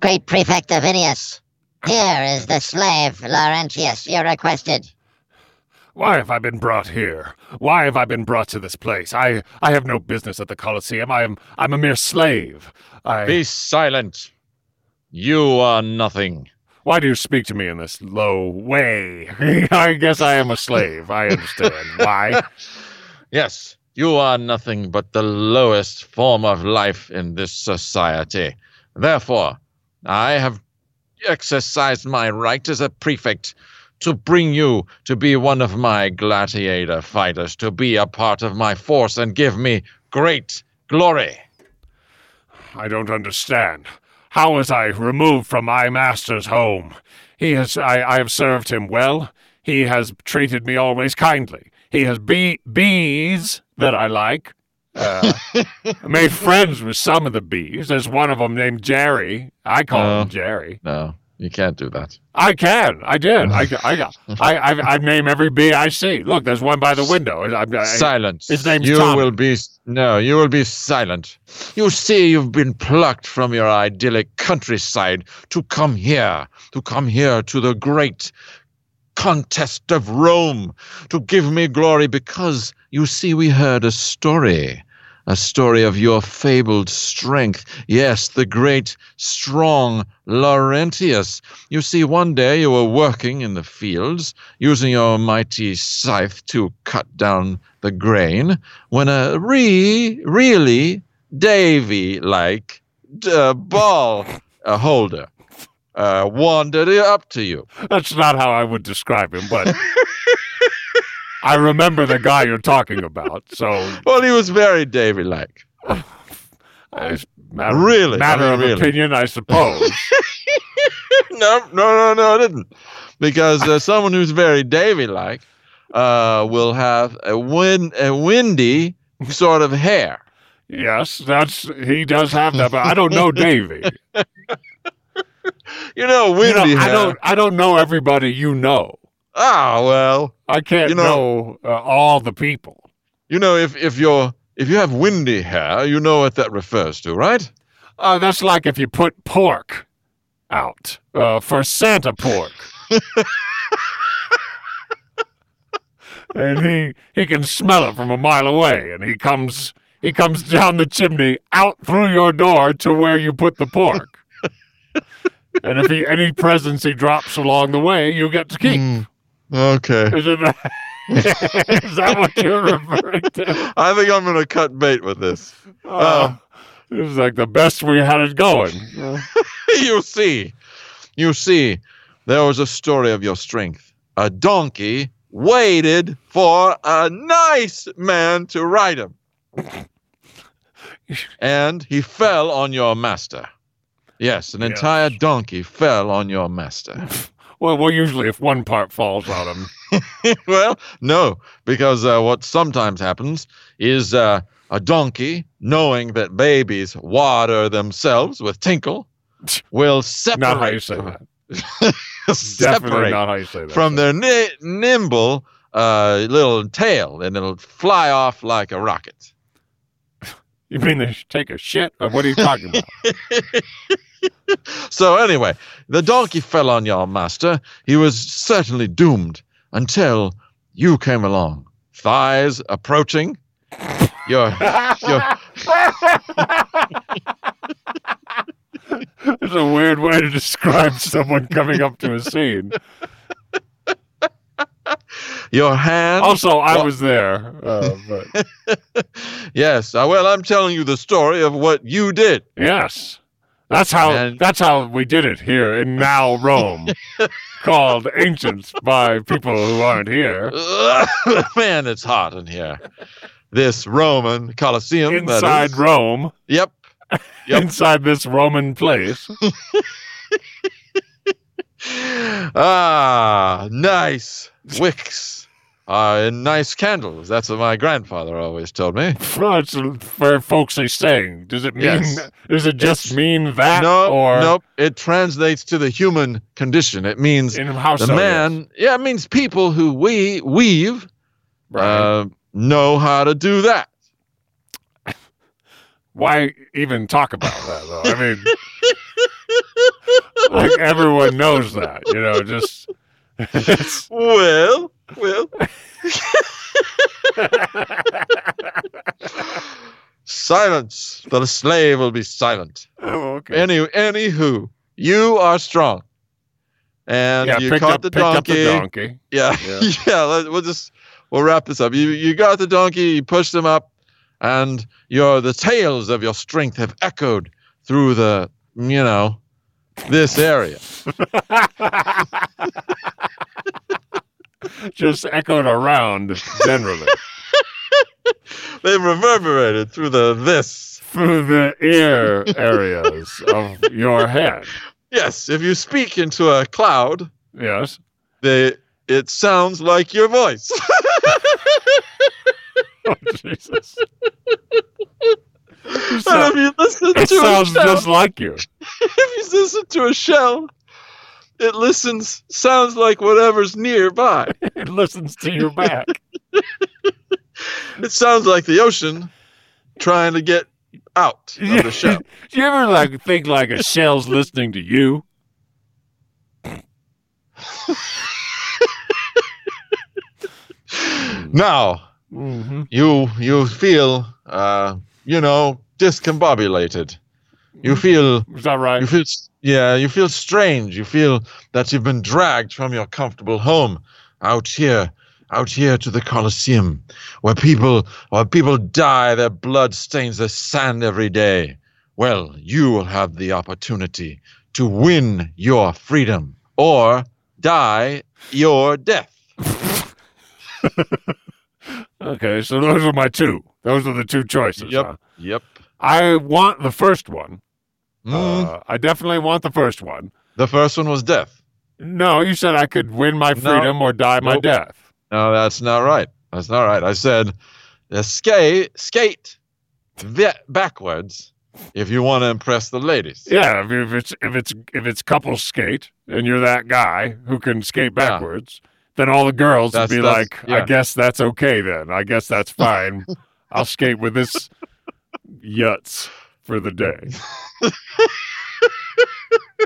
Prefect Avinius, here is the slave Laurentius you requested. Why have I been brought here? Why have I been brought to this place? I, I have no business at the Colosseum. I am I'm a mere slave. I Be silent. You are nothing. why do you speak to me in this low way? I guess I am a slave. I understand. why? Yes, you are nothing but the lowest form of life in this society. Therefore, I have exercised my right as a prefect to bring you to be one of my gladiator fighters, to be a part of my force and give me great glory. I don't understand. How was I removed from my master's home? He has I, I have served him well. He has treated me always kindly. He has bee, bees that I like. Uh, made friends with some of the bees. There's one of them named Jerry. I call Oh. him Jerry. No, you can't do that. I can. I did. I I I, I, I name every bee I see. Look, there's one by the window. I, I, silence. his name's you Tommy. will be no. You will be silent. You see, you've been plucked from your idyllic countryside to come here, to come here to the great contest of Rome, to give me glory. Because you see, we heard a story. A story of your fabled strength. Yes, the great, strong Laurentius. You see, one day you were working in the fields, using your mighty scythe to cut down the grain, when a re, really Davy like uh, ball uh, holder uh, wandered up to you. That's not how I would describe him, but I remember the guy you're talking about. So Well, he was very Davy like. I, matter, Really? matter I mean, of really. opinion, I suppose. no, no, no, no, I didn't. Because uh, someone who's very Davy like uh, will have a, win- a windy sort of hair. yes, that's he does have that, but I don't know Davy. You know, You know, windy I hair. don't. I don't know everybody you know. Ah, well. I can't You know, know- uh, all the people. You know, if if you're if you have windy hair, you know what that refers to, right? Uh, that's like if you put pork out uh, for Santa pork. and he he can smell it from a mile away and he comes he comes down the chimney out through your door to where you put the pork. and if he any presents he drops along the way, you get to keep. Mm. Hmm. Okay. Is, it, is that what you're referring to? I think I'm gonna cut bait with this. Uh, it was like the best we had it going. you see, you see, there was a story of your strength. A donkey waited for a nice man to ride him, and he fell on your master. Yes, an Yes. entire donkey fell on your master. Well, well, usually if one part falls on him, well, no, because uh, what sometimes happens is uh, a donkey, knowing that babies water themselves with tinkle, will separate, not how you say that. Definitely separate not how you say that. from their ni- nimble uh, little tail, and it'll fly off like a rocket. you mean they should take a shit? Or what are you talking about? So anyway, the donkey fell on your master. He was certainly doomed until you came along, thighs approaching. Your your It's a weird way to describe someone coming up to a scene. your hand. Also, I Well- was there. Uh, but yes. uh, Well, I'm telling you the story of what you did. yes, that's how And- that's how we did it here in now Rome, called ancients by people who aren't here. Man, it's hot in here. This Roman Colosseum. that is. Inside Rome, Yep. Yep. inside this Roman place. Ah, nice wicks. Uh, and nice candles. That's what my grandfather always told me. Well, it's for folksy saying. Does it mean? Yes. Does it just It's- mean that? No, or nope. It translates to the human condition. It means In how the so, yes. man. Yeah, it means people who we weave Right. uh, know how to do that. Why even talk about that? Though I mean, like everyone knows that, you know, just it's, Well, well. Silence. The slave will be silent. oh, okay. Any, anywho, you are strong, and yeah, you picked caught up, the picked up donkey. the donkey. Yeah, Yeah. yeah. let, we'll just we'll wrap this up. You you got the donkey. You pushed him up, and your the tales of your strength have echoed through the you know this area. just echoed around generally They've reverberated through the this. through the ear areas of your head. Yes, if you speak into a cloud, Yes. they it sounds like your voice. Oh, Jesus. and sound- if you listen It to a sounds shell, just like you. if you listen to a shell, it listens sounds like whatever's nearby. It listens to your back. It sounds like the ocean trying to get out of the shell. Do you ever like think like a shell's listening to you? Now Mm-hmm. you you feel uh, you know discombobulated. You feel Is that right? you feel yeah you feel strange. You feel that you've been dragged from your comfortable home out here out here to the Colosseum, where people where people die. Their blood stains the sand every day. Well, you will have the opportunity to win your freedom or die your death. Okay, so those are my two. Those are the two choices. Yep. huh? Yep. I want the first one. Mm. Uh, I definitely want the first one. The first one was death. No, you said I could win my No. freedom or die my Nope. death. No, that's not right. That's not right. I said skate, skate ve- backwards if you want to impress the ladies. Yeah, if, if it's if it's if it's couple skate and you're that guy who can skate Yeah. backwards, then all the girls That's- would be that's- like, I yeah. guess that's okay then. I guess that's fine. I'll skate with this yutz for the day.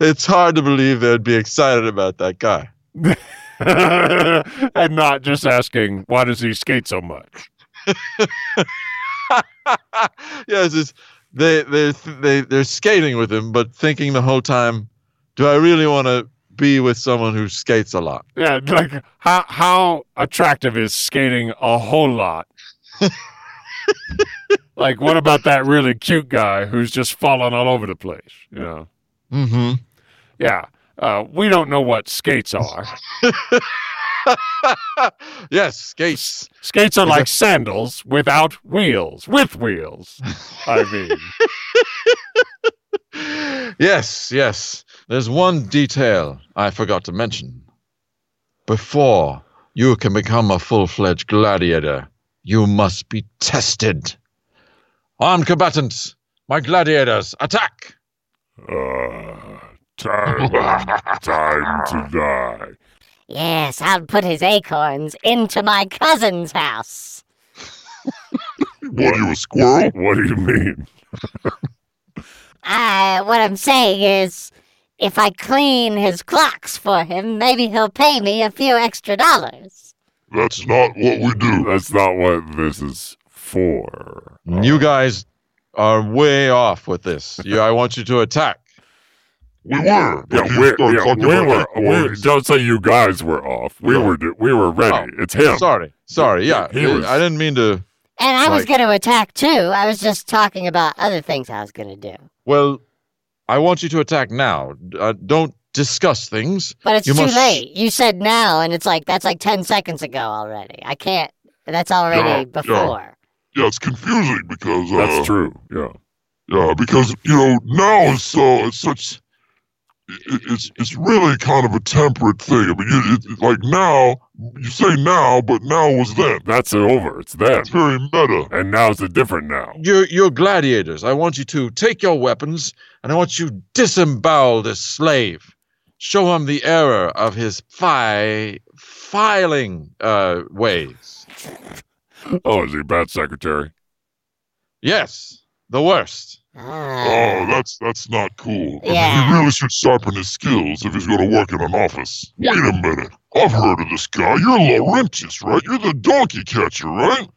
It's hard to believe they'd be excited about that guy. and not just asking why does he skate so much. yes, it's, they they they they're skating with him, but thinking the whole time, do I really want to be with someone who skates a lot? Yeah, like how how attractive is skating a whole lot? like what about that really cute guy who's just falling all over the place? You know? Mm-hmm. Yeah. Uh, we don't know what skates are. yes, skates. Skates are like sandals without wheels, with wheels. I mean, yes, yes. There's one detail I forgot to mention. Before you can become a full fledged gladiator, you must be tested. Armed combatants, my gladiators, attack! uh, time, time to die. Yes, I'll put his acorns into my cousin's house. What are you, a squirrel? What do you mean? I, what I'm saying is, if I clean his clocks for him, maybe he'll pay me a few extra dollars. That's not what we do. That's not what this is for. You guys are way off with this. You, I want you to attack. We were. Yeah, But you we, start yeah, talking we were. about We, acorns. don't say you guys were off. We No. were. We were ready. It's him. Sorry, sorry. Yeah, He was- I didn't mean to. And I was Right. going to attack too. I was just talking about other things I was going to do. Well, I want you to attack now. Uh, don't discuss things. But it's You too must- late. You said now, and it's like, that's like 10 seconds ago already. I can't, that's Yeah, yeah. already before. Yeah, it's confusing because uh, That's true. Yeah. yeah, because you know now it's so it's such it, it's it's really kind of a temperate thing. I mean, you, it, it- like now you say now, but now was then. That's over. It's then. It's very meta. And now it's a different now. You're, you're gladiators. I want you to take your weapons and I want you to disembowel this slave. Show him the error of his fi- filing uh, ways. Oh, is he bad secretary? Yes, the worst. Ah. Oh, that's that's not cool. I mean, Yeah. he really should sharpen his skills if he's going to work in an office. Wait a minute. I've heard of this guy. You're Laurentius, right? You're the donkey catcher, right?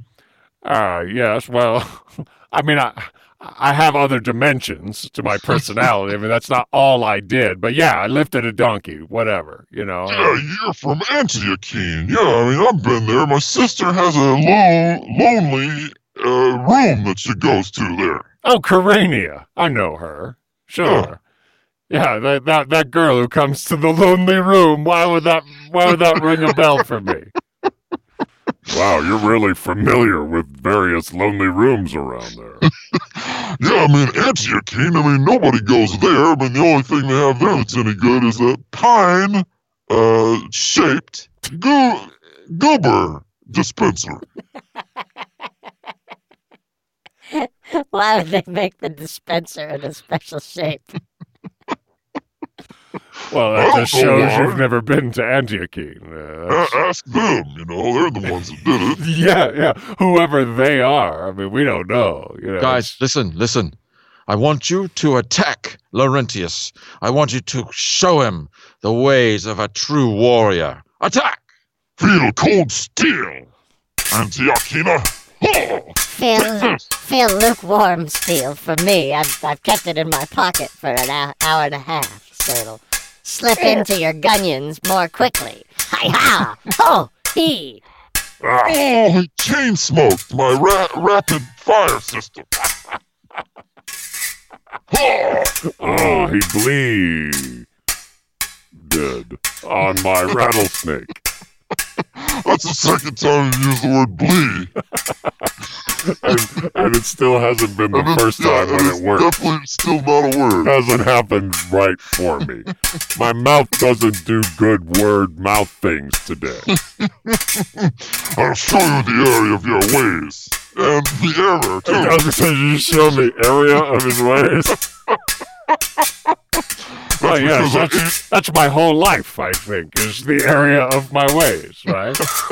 Ah, yes. Well, I mean, I I have other dimensions to my personality. I mean, that's not all I did, but yeah, I lifted a donkey. Whatever, you know. Yeah, you're from Antiochene. Yeah, I mean, I've been there. My sister has a low, lonely uh, room that she goes to there. Oh, Karania. I know her. Sure. Yeah, that, that that girl who comes to the lonely room. Why would that why would that ring a bell for me? Wow, you're really familiar with various lonely rooms around there. Yeah, I mean, Antiochene, I mean, nobody goes there. I mean, the only thing they have there that's any good is a pine uh, shaped goo goober dispenser. Why would they make the dispenser in a special shape? Well, that just Oh, shows Lord. you've never been to Antiochene. Uh, A- that's- ask them, you know, they're the ones that did it. yeah, yeah. Whoever they are, I mean, we don't know. You know, Guys, listen, listen. I want you to attack Laurentius. I want you to show him the ways of a true warrior. Attack! Feel cold steel, Antiochena. Oh, Feel, feel lukewarm steel for me. I've, I've kept it in my pocket for an hour, hour and a half, so it'll slip into your gunions more quickly. Hi-ha! Ho! He! oh he chain smoked my ra- rapid fire system. Oh, Oh, he bleed dead on my rattlesnake. that's the second time you used the word bleed. And, and it still hasn't been the And it's- first time yeah, when and it it's worked. Definitely still not a word. Hasn't happened right for me. My mouth doesn't do good word mouth things today. I'll show you the area of your ways and the error too. you show me area of his ways. Oh, That's yes, because I that's, that's my whole life, I think, is the area of my ways, right?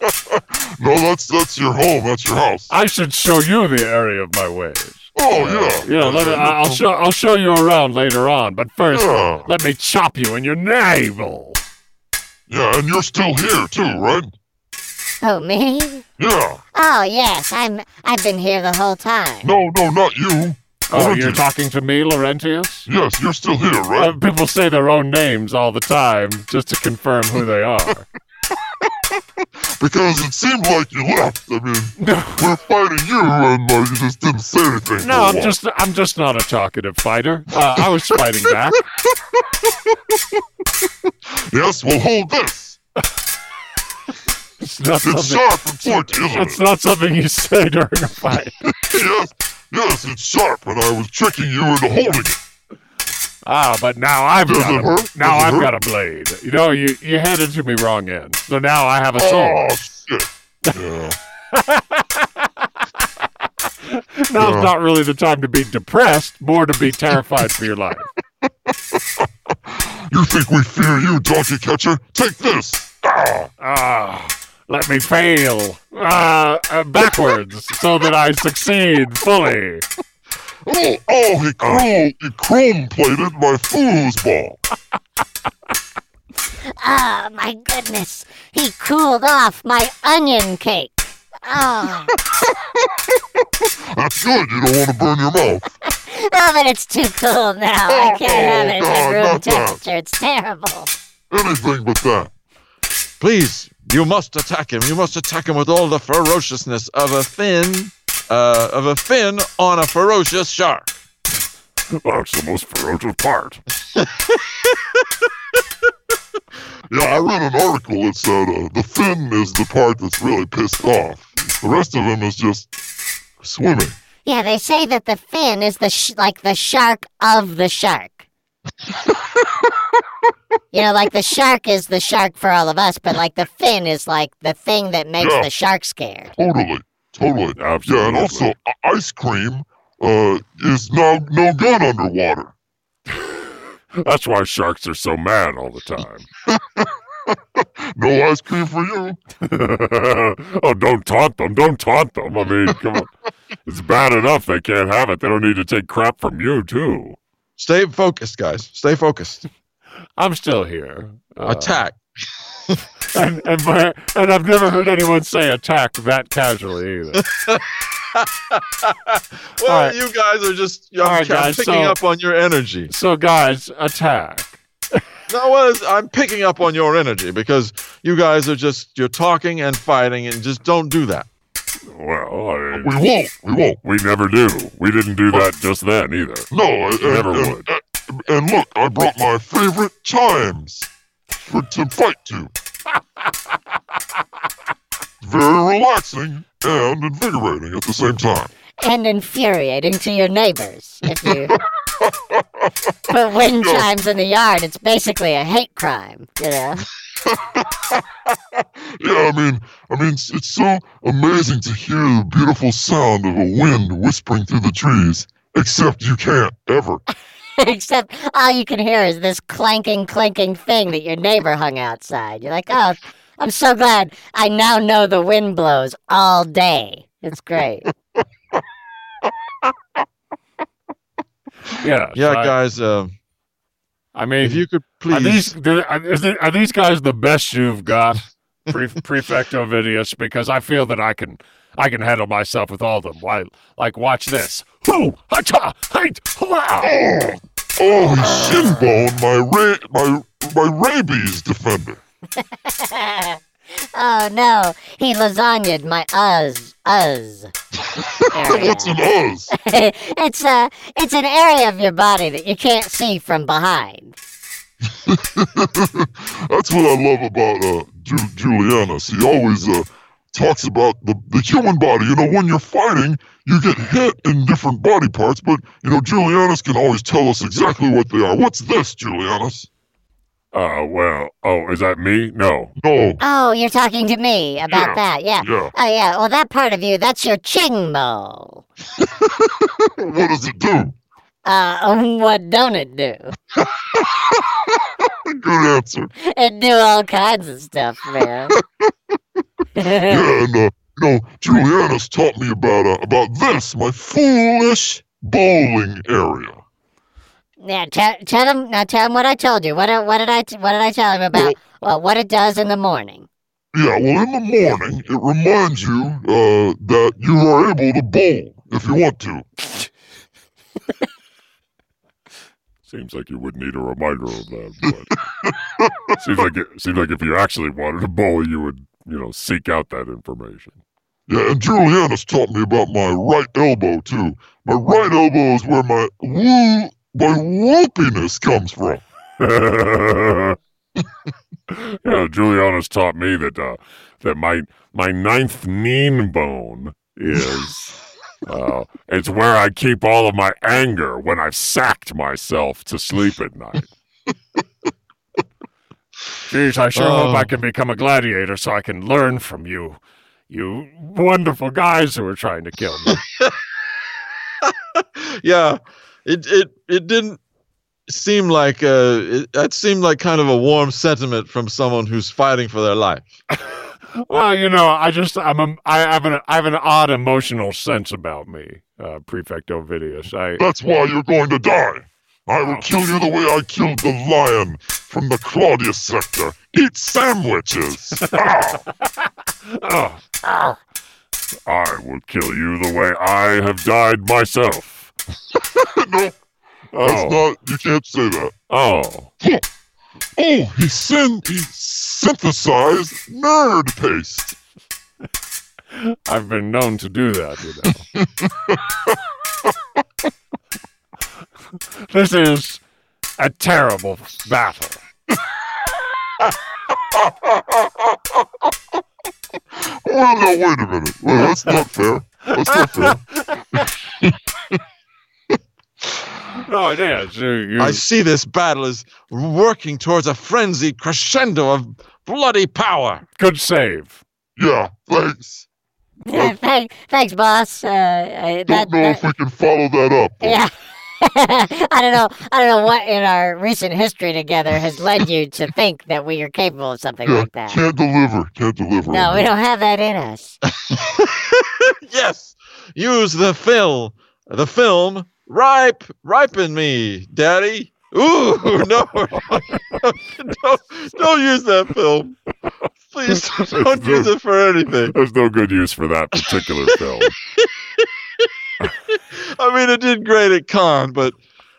ate- No, that's that's your home. That's your house. I should show you the area of my ways. Oh yeah. You know, let me, I- I'll, show, I'll show you around later on, but first, Yeah. let me chop you in your navel. Yeah, and you're still here too, right? Oh, me? Yeah. Oh, yes, I'm, I've been here the whole time. No, no, not you. Oh, Laurentius. you're talking to me, Laurentius? Yes, you're still here, Uh, right? people say their own names all the time just to confirm who they are. Because it seemed like you left. I mean, No. we're fighting you, and uh, you just didn't say anything. No, for a I'm while. just I'm just not a talkative fighter. Uh, I was fighting back. Yes, well, hold this. It's not It's something. sharp and pointy, isn't it? It's not something you say during a fight. Yes, yes, it's sharp, and I was tricking you into holding it. Ah, but now I've Does got it a, hurt? now Does it I've hurt? got a blade. You know, you you handed to me wrong end, so now I have a sword. Oh shit. Yeah. Now's yeah. not really the time to be depressed, more to be terrified for your life. You think we fear you, donkey catcher? Take this! Ah! Ah, let me fail ah, uh, backwards so that I succeed fully. Oh, oh he Ah. chrome, he chrome plated my foosball. Oh, my goodness. He cooled off my onion cake. Oh, That's good, you don't want to burn your mouth. oh but it's too cool now. I can't have it Oh, at room God, not that. temperature. It's terrible. Anything but that. Please, you must attack him. You must attack him with all the ferociousness of a fin, uh, of a fin on a ferocious shark. That's the most ferocious part. Yeah, I read an article that said uh, the fin is the part that's really pissed off. The rest of him is just swimming. Yeah, they say that the fin is the sh- like the shark of the shark. you know, like the shark is the shark for all of us, but like the fin is like the thing that makes Yeah. the shark scared. Totally. Totally. Absolutely. Yeah, and also, uh, ice cream uh, is now no good underwater. That's why sharks are so mad all the time. no ice cream for you. oh, don't taunt them. Don't taunt them. I mean, come on. It's bad enough they can't have it. They don't need to take crap from you, too. Stay focused, guys. Stay focused. I'm still here. Uh, Attack. and, and, my- and I've never heard anyone say attack that casually either. well, right. you guys are just I'm, All right, I'm guys, picking so- up on your energy. So, guys, attack. No, well, it's- I'm picking up on your energy because you guys are just you're talking and fighting and just don't do that. Well, I mean, We won't. We won't. we never do. We didn't do that just then either. No. And, Never and, would. And, and look, I brought my favorite chimes for, to fight to. Very relaxing and invigorating at the same time. and infuriating to your neighbors if you put wind chimes in the yard. It's basically a hate crime, you know. Yeah, I mean, I mean, it's, it's so amazing to hear the beautiful sound of a wind whispering through the trees. Except you can't ever. Except all you can hear is this clanking, clanking thing that your neighbor hung outside. You're like, oh, I'm so glad I now know the wind blows all day. It's great. Yeah. Yeah, so I- guys. Uh, I mean, if you could Are these, please. do- are, is it- are these guys the best you've got, Pre- Prefect of Idiots? Because I feel that I can I can handle myself with all of them. Why, like, watch this. Hoo! Hacha! Hate! Hua! Oh, oh, shinbone, my ra- my my rabies defender. oh no, he lasagnaed my uz uz. area. What's an Oz? it's uh, it's an area of your body that you can't see from behind. That's what I love about uh, Ju- Juliana. She always uh, talks about the, the human body. You know, when you're fighting, you get hit in different body parts, but, you know, Julianas can always tell us exactly what they are. What's this, Julianas? Uh, well, oh, is that me? No. No. Oh, you're talking to me about Yeah, that, yeah. Yeah. Oh yeah, well that part of you, that's your chingmo. What does it do? Uh, what don't it do? Good answer. It do all kinds of stuff, man. Yeah, and, uh, you know, Julianas taught me about uh, about this, my foolish bowling area. now tell, tell him. Now tell him what I told you. What I- what did I t- what did I tell him about? Well, what it does in the morning. Yeah, well, in the morning, it reminds you uh, that you are able to bowl if you want to. Seems like you would need a reminder of that. But seems like it, seems like if you actually wanted a bowl, you would you know seek out that information. Yeah, and Juliana's taught me about my right elbow too. My right elbow is where my woo, my whoopiness comes from. yeah, Juliana's taught me that uh, that my my ninth mean bone is uh, it's where I keep all of my anger when I've sacked myself to sleep at night. Jeez, I sure Oh. hope I can become a gladiator so I can learn from you, you wonderful guys who are trying to kill me. yeah, it it it didn't seem like uh, it, that seemed like kind of a warm sentiment from someone who's fighting for their life. well, you know, I just I'm a, I have an I have an odd emotional sense about me, uh, Prefect Ovidius. I That's why you're going to die. I will kill you the way I killed the lion from the Claudius sector. Eat sandwiches. Ah, Ow. oh, Ah. I will kill you the way I have died myself. no, that's Oh, not. You can't say that. oh, Oh, he syn- he synthesized nerd paste. I've been known to do that, you know. this is a terrible battle. Well, no, wait a minute. Well, that's not fair. That's not fair. No, it is. You, you, I see this battle is working towards a frenzied crescendo of bloody power. good save. Yeah, thanks. Thank, thanks, boss. Uh, I- that, Don't know if that- we can follow that up. yeah. I don't know. I don't know what in our recent history together has led you to think that we are capable of something Yeah, like that. can't deliver. Can't deliver. No, we don't have that in us. yes, use the fill, the film. Ripe, ripen me, daddy. Ooh, no, don't, don't use that film. Please don't use it for anything. There's no good use for that particular film. I mean, it did great at con, but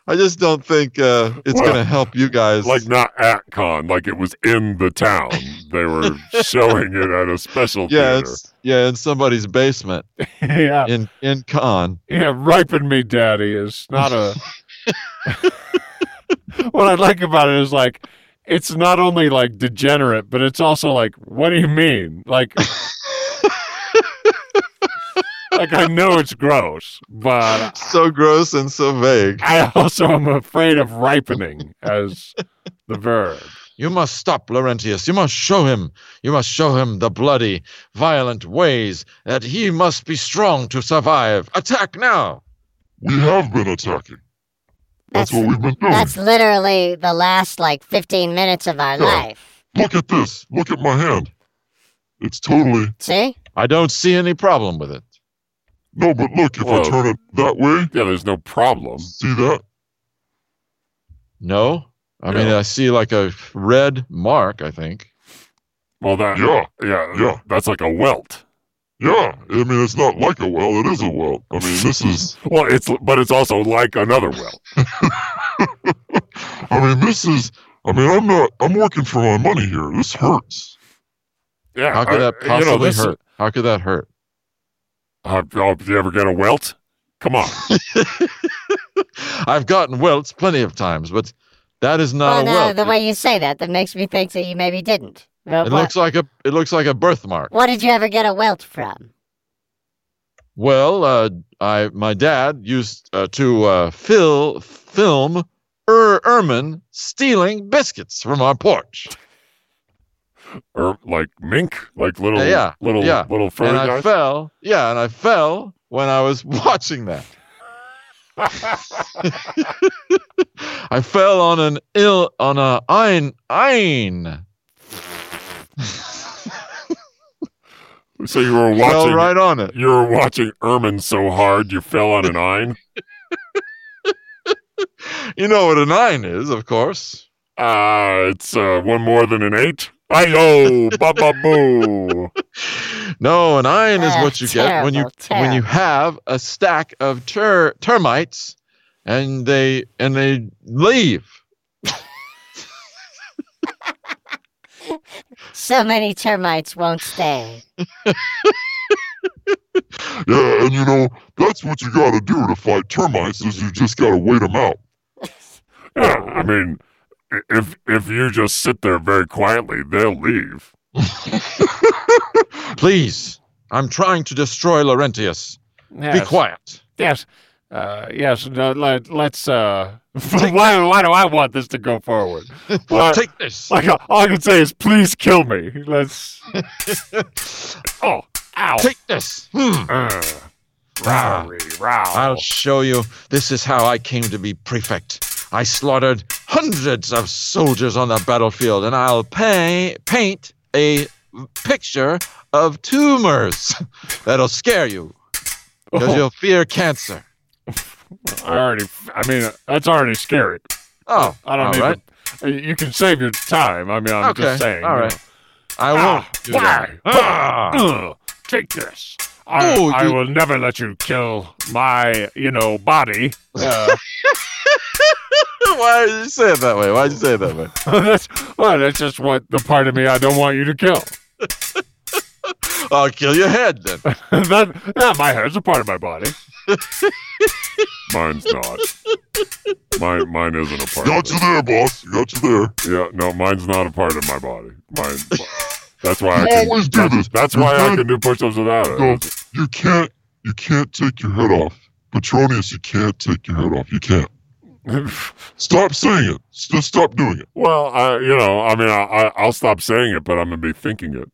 I just don't think uh, it's Well, going to help you guys. Like not at con, like it was in the town. They were showing it at a special yeah, theater. it's, yeah, in somebody's basement yeah, in in con. yeah. Ripen me, daddy is not a. what I like about it is like, it's not only like degenerate, but it's also like, what do you mean? Like, like I know it's gross, but So gross and so vague. I also am afraid of ripening as the verb. You must stop Laurentius. You must show him. You must show him the bloody, violent ways that he must be strong to survive. Attack now! We have been attacking. That's, That's- what we've been doing. That's literally the last like 15 minutes of our Yeah. life. Look at this. Look at my hand. It's totally See? I don't see any problem with it. no, but look if Whoa. I turn it that way. Yeah, there's no problem. See that? No? I mean, Yeah. I see like a red mark, I think. Well, that Yeah, yeah, yeah. that's like a welt. yeah. I mean, it's not like a well. It is a well. I mean, this is. Well, it's but it's also like another welt. I mean, this is. I mean, I'm not. I'm working for my money here. This hurts. Yeah, How could I- that you know, possibly this- hurt? How could that hurt? Uh, oh, did you ever get a welt? Come on. I've gotten welts plenty of times, but that is not well, a no, welt. the way you say that, that makes me think that you maybe didn't. Well, it what, looks like a it looks like a birthmark. what did you ever get a welt from? Well, uh, I my dad used uh, to uh, fill film er, ermine stealing biscuits from our porch, or Er, like mink, like little, Yeah, little, yeah. little furry and I guys. fell. Yeah, and I fell when I was watching that. I fell on an ill on a ein ein. so you were Fell watching, right on it. you were watching Ermine so hard you fell on an iron. You know what an ein is, of course. Uh, it's uh, one more than an eight. Ayo, ba ba boo. No, an iron is Ah, what you get when you terrible, when you have a stack of ter- termites, and they and they leave. So many termites won't stay. Yeah, and you know that's what you got to do to fight termites. Is you just got to wait them out. Yeah, I mean, i- if if you just sit there very quietly, they'll leave. Please, I'm trying to destroy Laurentius. Yes. Be quiet. Yes. Uh, yes. No, let, let's. Uh, why, why do I want this to go forward? Why- Take this. like, all I can say is, please kill me. Let's. oh, ow. Take this. Hmm. Uh, rowdy, row. I'll show you. This is how I came to be prefect. I slaughtered hundreds of soldiers on the battlefield, and I'll pay, paint a picture of tumors that'll scare you. Because Oh, you'll fear cancer. I already. I mean, that's already scary. Oh, I don't all need right. to- Uh, You can save your time. I mean, I'm Okay, just saying. all you right. know. I Ah, won't. do that. why? Ah, ugh, take this. I, Oh, I you- will never let you kill my, you know, body. Uh, Why did you say it that way? Why did you say it that way? that's, well, that's just what the part of me I don't want you to kill. I'll kill your head then. that, that my hair's a part of my body. Mine's not. Mine, mine isn't a part. Got of you there, boss. Got you there. it. Yeah, no, mine's not a part of my body. Mine. That's why I You can. always do this. That's You why I can't- can do push-ups without it. No, you can't. You can't take your head off, Petronius. You can't take your head off. You can't. Stop saying it. S- Just stop doing it. Well, I, you know, I mean, I, I, I'll stop saying it, but I'm gonna be thinking it.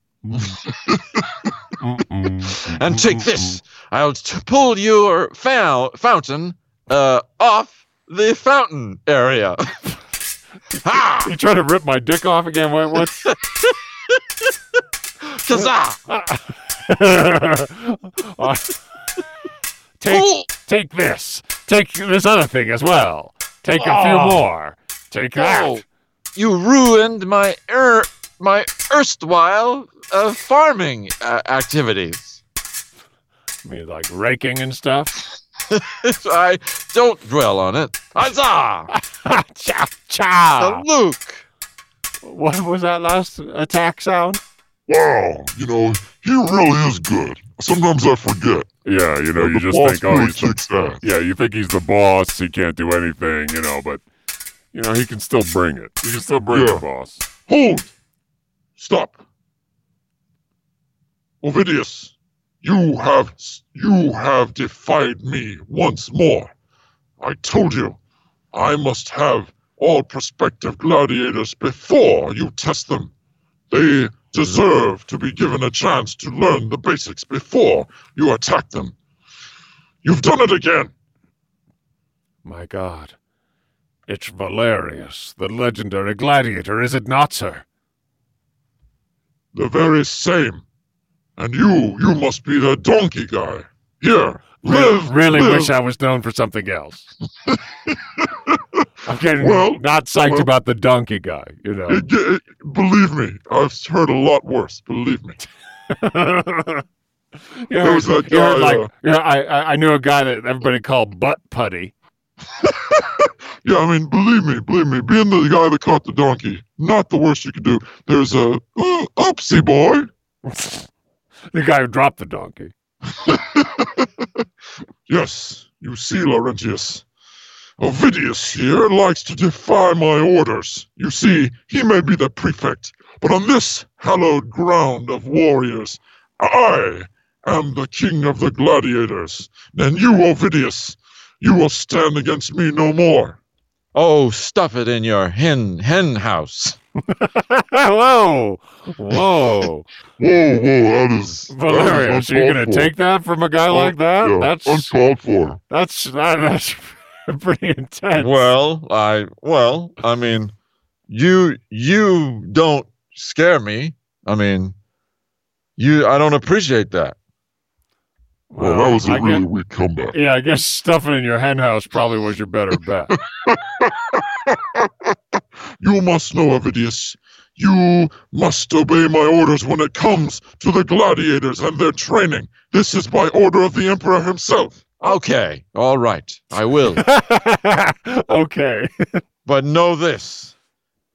And and take this. I'll t- pull your fou- fountain uh, off the fountain area. ha! You trying to rip my dick off again? What? what? Kazah! Uh, take, take this. Take this other thing as well. Take a few Oh. more. Take Oh, that. you ruined my er my erstwhile uh, farming uh, activities. I mean, like raking and stuff. I don't dwell on it. Huzzah! cha Ah. cha. Luke. Oh. What was that last attack sound? Wow, you know, he really is good. Sometimes I forget. Yeah, you know, The you just boss think, oh, really he's the, kicks ass. yeah, you think he's the boss. He can't do anything, you know, but you know, he can still bring it. He can still bring Yeah. the boss. Hold! Stop. Ovidius, you have you have defied me once more. I told you, I must have all prospective gladiators before you test them. They deserve to be given a chance to learn the basics before you attack them. You've done it again. My God. It's Valerius, the legendary gladiator, is it not, sir? The very same. And you, you must be the donkey guy. Here, live. really live. wish I was known for something else. I'm getting Well, not psyched well. about the donkey guy, you know. It, ge- it, believe me, I've heard a lot worse. Believe me. you There was heard- that you heard, guy, like, uh, you know, I, I I knew a guy that everybody called Butt Putty. Yeah, I mean, believe me, believe me. Being the guy that caught the donkey, not the worst you could do. There's a uh, oopsie boy. The guy who dropped the donkey. Yes, you see, Laurentius. Ovidius here likes to defy my orders. You see, he may be the prefect, but on this hallowed ground of warriors, I am the king of the gladiators. And you, Ovidius, you will stand against me no more. Oh, stuff it in your hen hen house. whoa, whoa, Whoa, whoa, that is. Valerius, that is are you gonna uncalled for. take that from a guy like that? Yeah, Oh, That's uncalled for. that's that, that's pretty intense. Well, I well, I mean, you you don't scare me. I mean, you I don't appreciate that. Well, that was a I really guess- weak comeback. yeah, I guess stuffing in your hen house probably was your better bet. You must know, Ovidius. You must obey my orders when it comes to the gladiators and their training. This is by order of the Emperor himself. Okay, all right, I will. okay. but know this: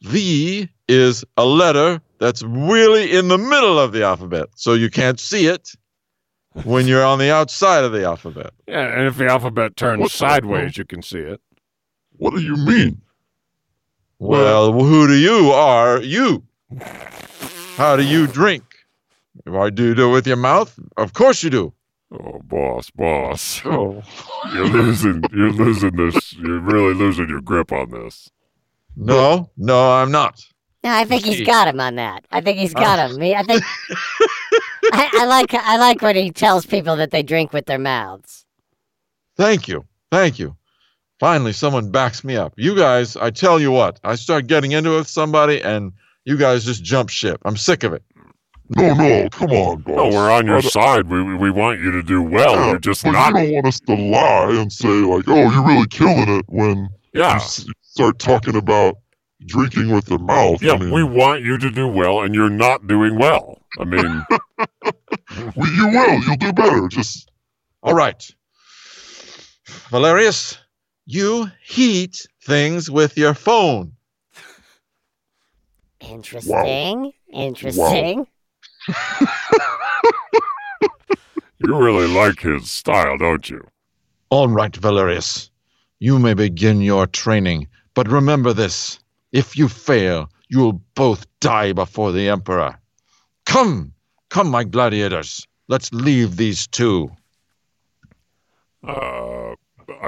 the is a letter that's really in the middle of the alphabet, so you can't see it when you're on the outside of the alphabet. Yeah, and if the alphabet turns What the hell? sideways, you can see it. What do you mean? Well, who do you are you? How do you drink? Why do you do it with your mouth? Of course you do. Oh, boss, boss, Oh. you're losing, you're losing this. You're really losing your grip on this. No, no, I'm not. No, I think he's Jeez. Uh. got him on that. I think he's got him. He, I think I, I like I like when he tells people that they drink with their mouths. Thank you. Thank you. Finally, someone backs me up. You guys, I tell you what, I start getting into it with somebody and you guys just jump ship. I'm sick of it. No, no, come on, boss. No, we're on I your don't- side. We, we we want you to do well. Yeah, You're just but not. you don't want us to lie and say, like, oh, you're really killing it when you Ah. Yeah, s- start talking about drinking with the mouth. yeah. I mean, We want you to do well, and you're not doing well. I mean, we- you will. You'll do better. Just, All right. Valerius, you heat things with your phone. Interesting. Interesting. you really like his style, don't you? All right, Valerius. You may begin your training, but remember this. If you fail, you'll both die before the Emperor. Come, come, my gladiators. Let's leave these two. Uh, I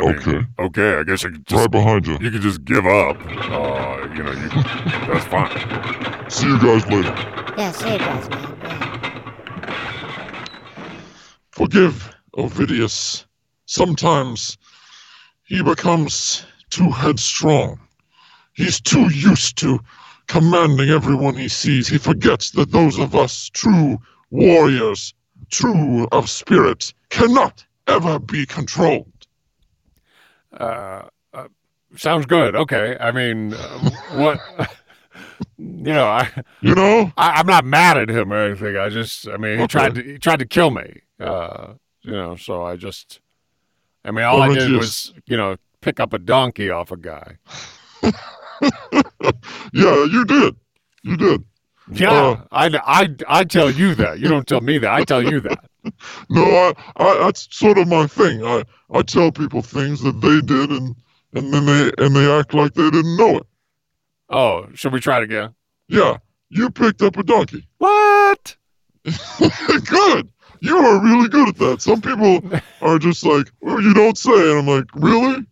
mean, okay. okay. I guess you could just Right behind you. you could just give up. Uh, you know, you, that's fine. See you guys later. Yeah, see you guys, man. Yeah. Forgive Ovidius. Sometimes he becomes too headstrong. He's too used to commanding everyone he sees. He forgets that those of us true warriors, true of spirit, cannot ever be controlled. Uh, uh, sounds good. Okay. I mean, uh, what? you know, I, You know? I I'm not mad at him or anything. I just, I mean, he Okay. tried to he tried to kill me. Uh, you know, so I just, I mean, all I Orange did juice. was, you know, pick up a donkey off a guy. Yeah, you did. You did. Yeah, Uh, I, I, I tell you that. You don't tell me that. I tell you that. No, I, I that's sort of my thing. I, I tell people things that they did and and then they and they act like they didn't know it. Oh, should we try it again? Yeah, you picked up a donkey. What? good. You are really good at that. Some people are just like, well, you don't say. And I'm like, really?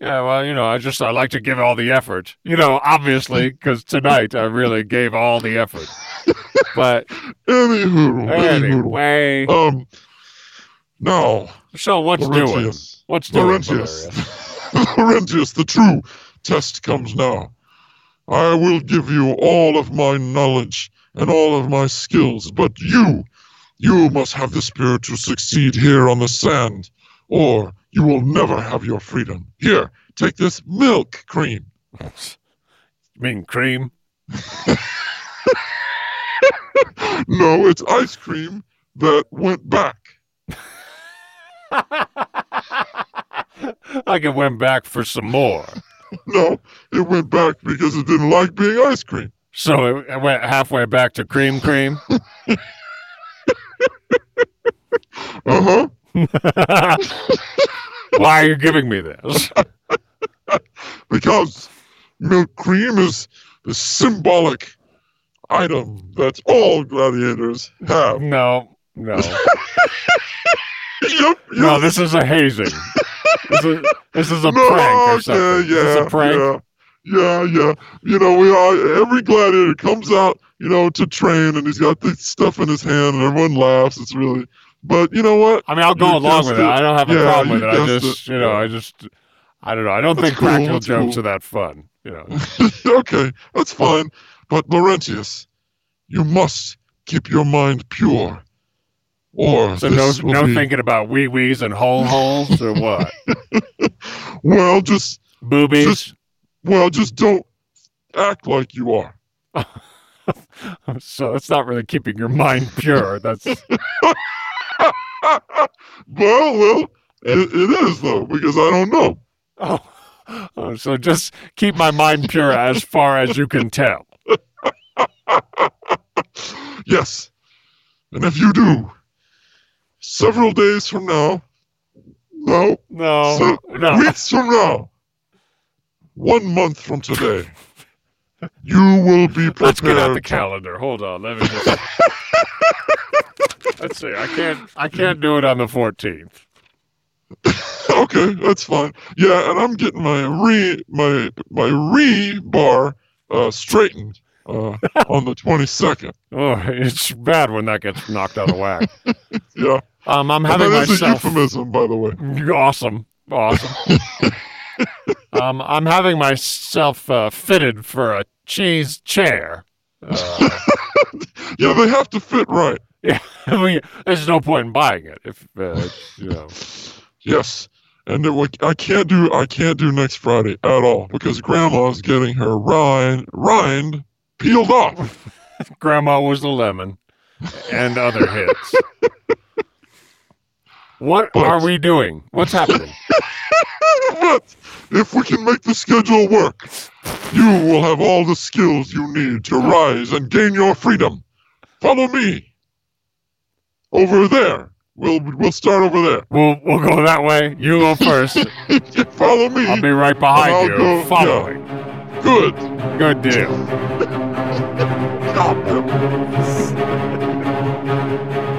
Yeah, well, you know, I just I like to give all the effort. You know, obviously, because tonight I really gave all the effort. But Any hoodle. Any hoodle. anyway, Um, now, so what's doing? Laurentius. What's doing? Laurentius. Valerius? Laurentius, the true test comes now. I will give you all of my knowledge and all of my skills, but you, you must have the spirit to succeed here on the sand, or you will never have your freedom. Here, take this milk cream. You mean cream? No, it's ice cream that went back. I could went back for some more. No, it went back because it didn't like being ice cream. So it, it went halfway back to cream cream. Uh huh. Why are you giving me this? because milk cream is the symbolic item that all gladiators have. No, no. Yep, No, yep. this is a hazing. This is, this is a No, prank or okay, something. Yeah, this is a prank. Yeah. Yeah, yeah. You know, we are every gladiator comes out, you know, to train and he's got this stuff in his hand and everyone laughs. It's really but you know what? I mean, I'll You go along guessed with it. it. I don't have a Yeah, problem with you it. I guessed just, it. you know, Yeah. I just, I don't know. I don't That's think cool, practical that's jokes cool. are that fun. You know. okay, that's fine. But Laurentius, you must keep your mind pure. Or So no, this will no be- thinking about wee wees and hole holes or what? Well, just Boobies. Just- Well, just don't act like you are. So that's not really keeping your mind pure. That's well, well, it, it is though because I don't know. oh, oh, so just keep my mind pure as far as you can tell. Yes, and if you do, several days from now, no, No, So, no. weeks from now, one month from today, you will be prepared. Let's get out the calendar. Hold on. Let me just. Let's see. I can't. I can't do it on the 14th. okay, that's fine. Yeah, and I'm getting my re my my re bar uh, straightened uh, on the 22nd. Oh, it's bad when that gets knocked out of whack. Yeah. Um, I'm And having that is myself a euphemism, by the way. awesome, awesome. um, I'm having myself uh, fitted for a cheese chair. Uh, Yeah, they have to fit right. I mean, there's no point in buying it if uh, you know. Yes, and it, wa- I can't do I can't do next Friday at all because Grandma's getting her rind rind peeled off. Grandma was the lemon, and other hits. What But- are we doing? What's happening? but if we can make the schedule work, you will have all the skills you need to rise and gain your freedom. Follow me. Over there. We'll we'll start over We'll we'll go that way. You go first. there. Follow me. I'll be right behind I'll go- you, yeah. following. Good. Good deal. God,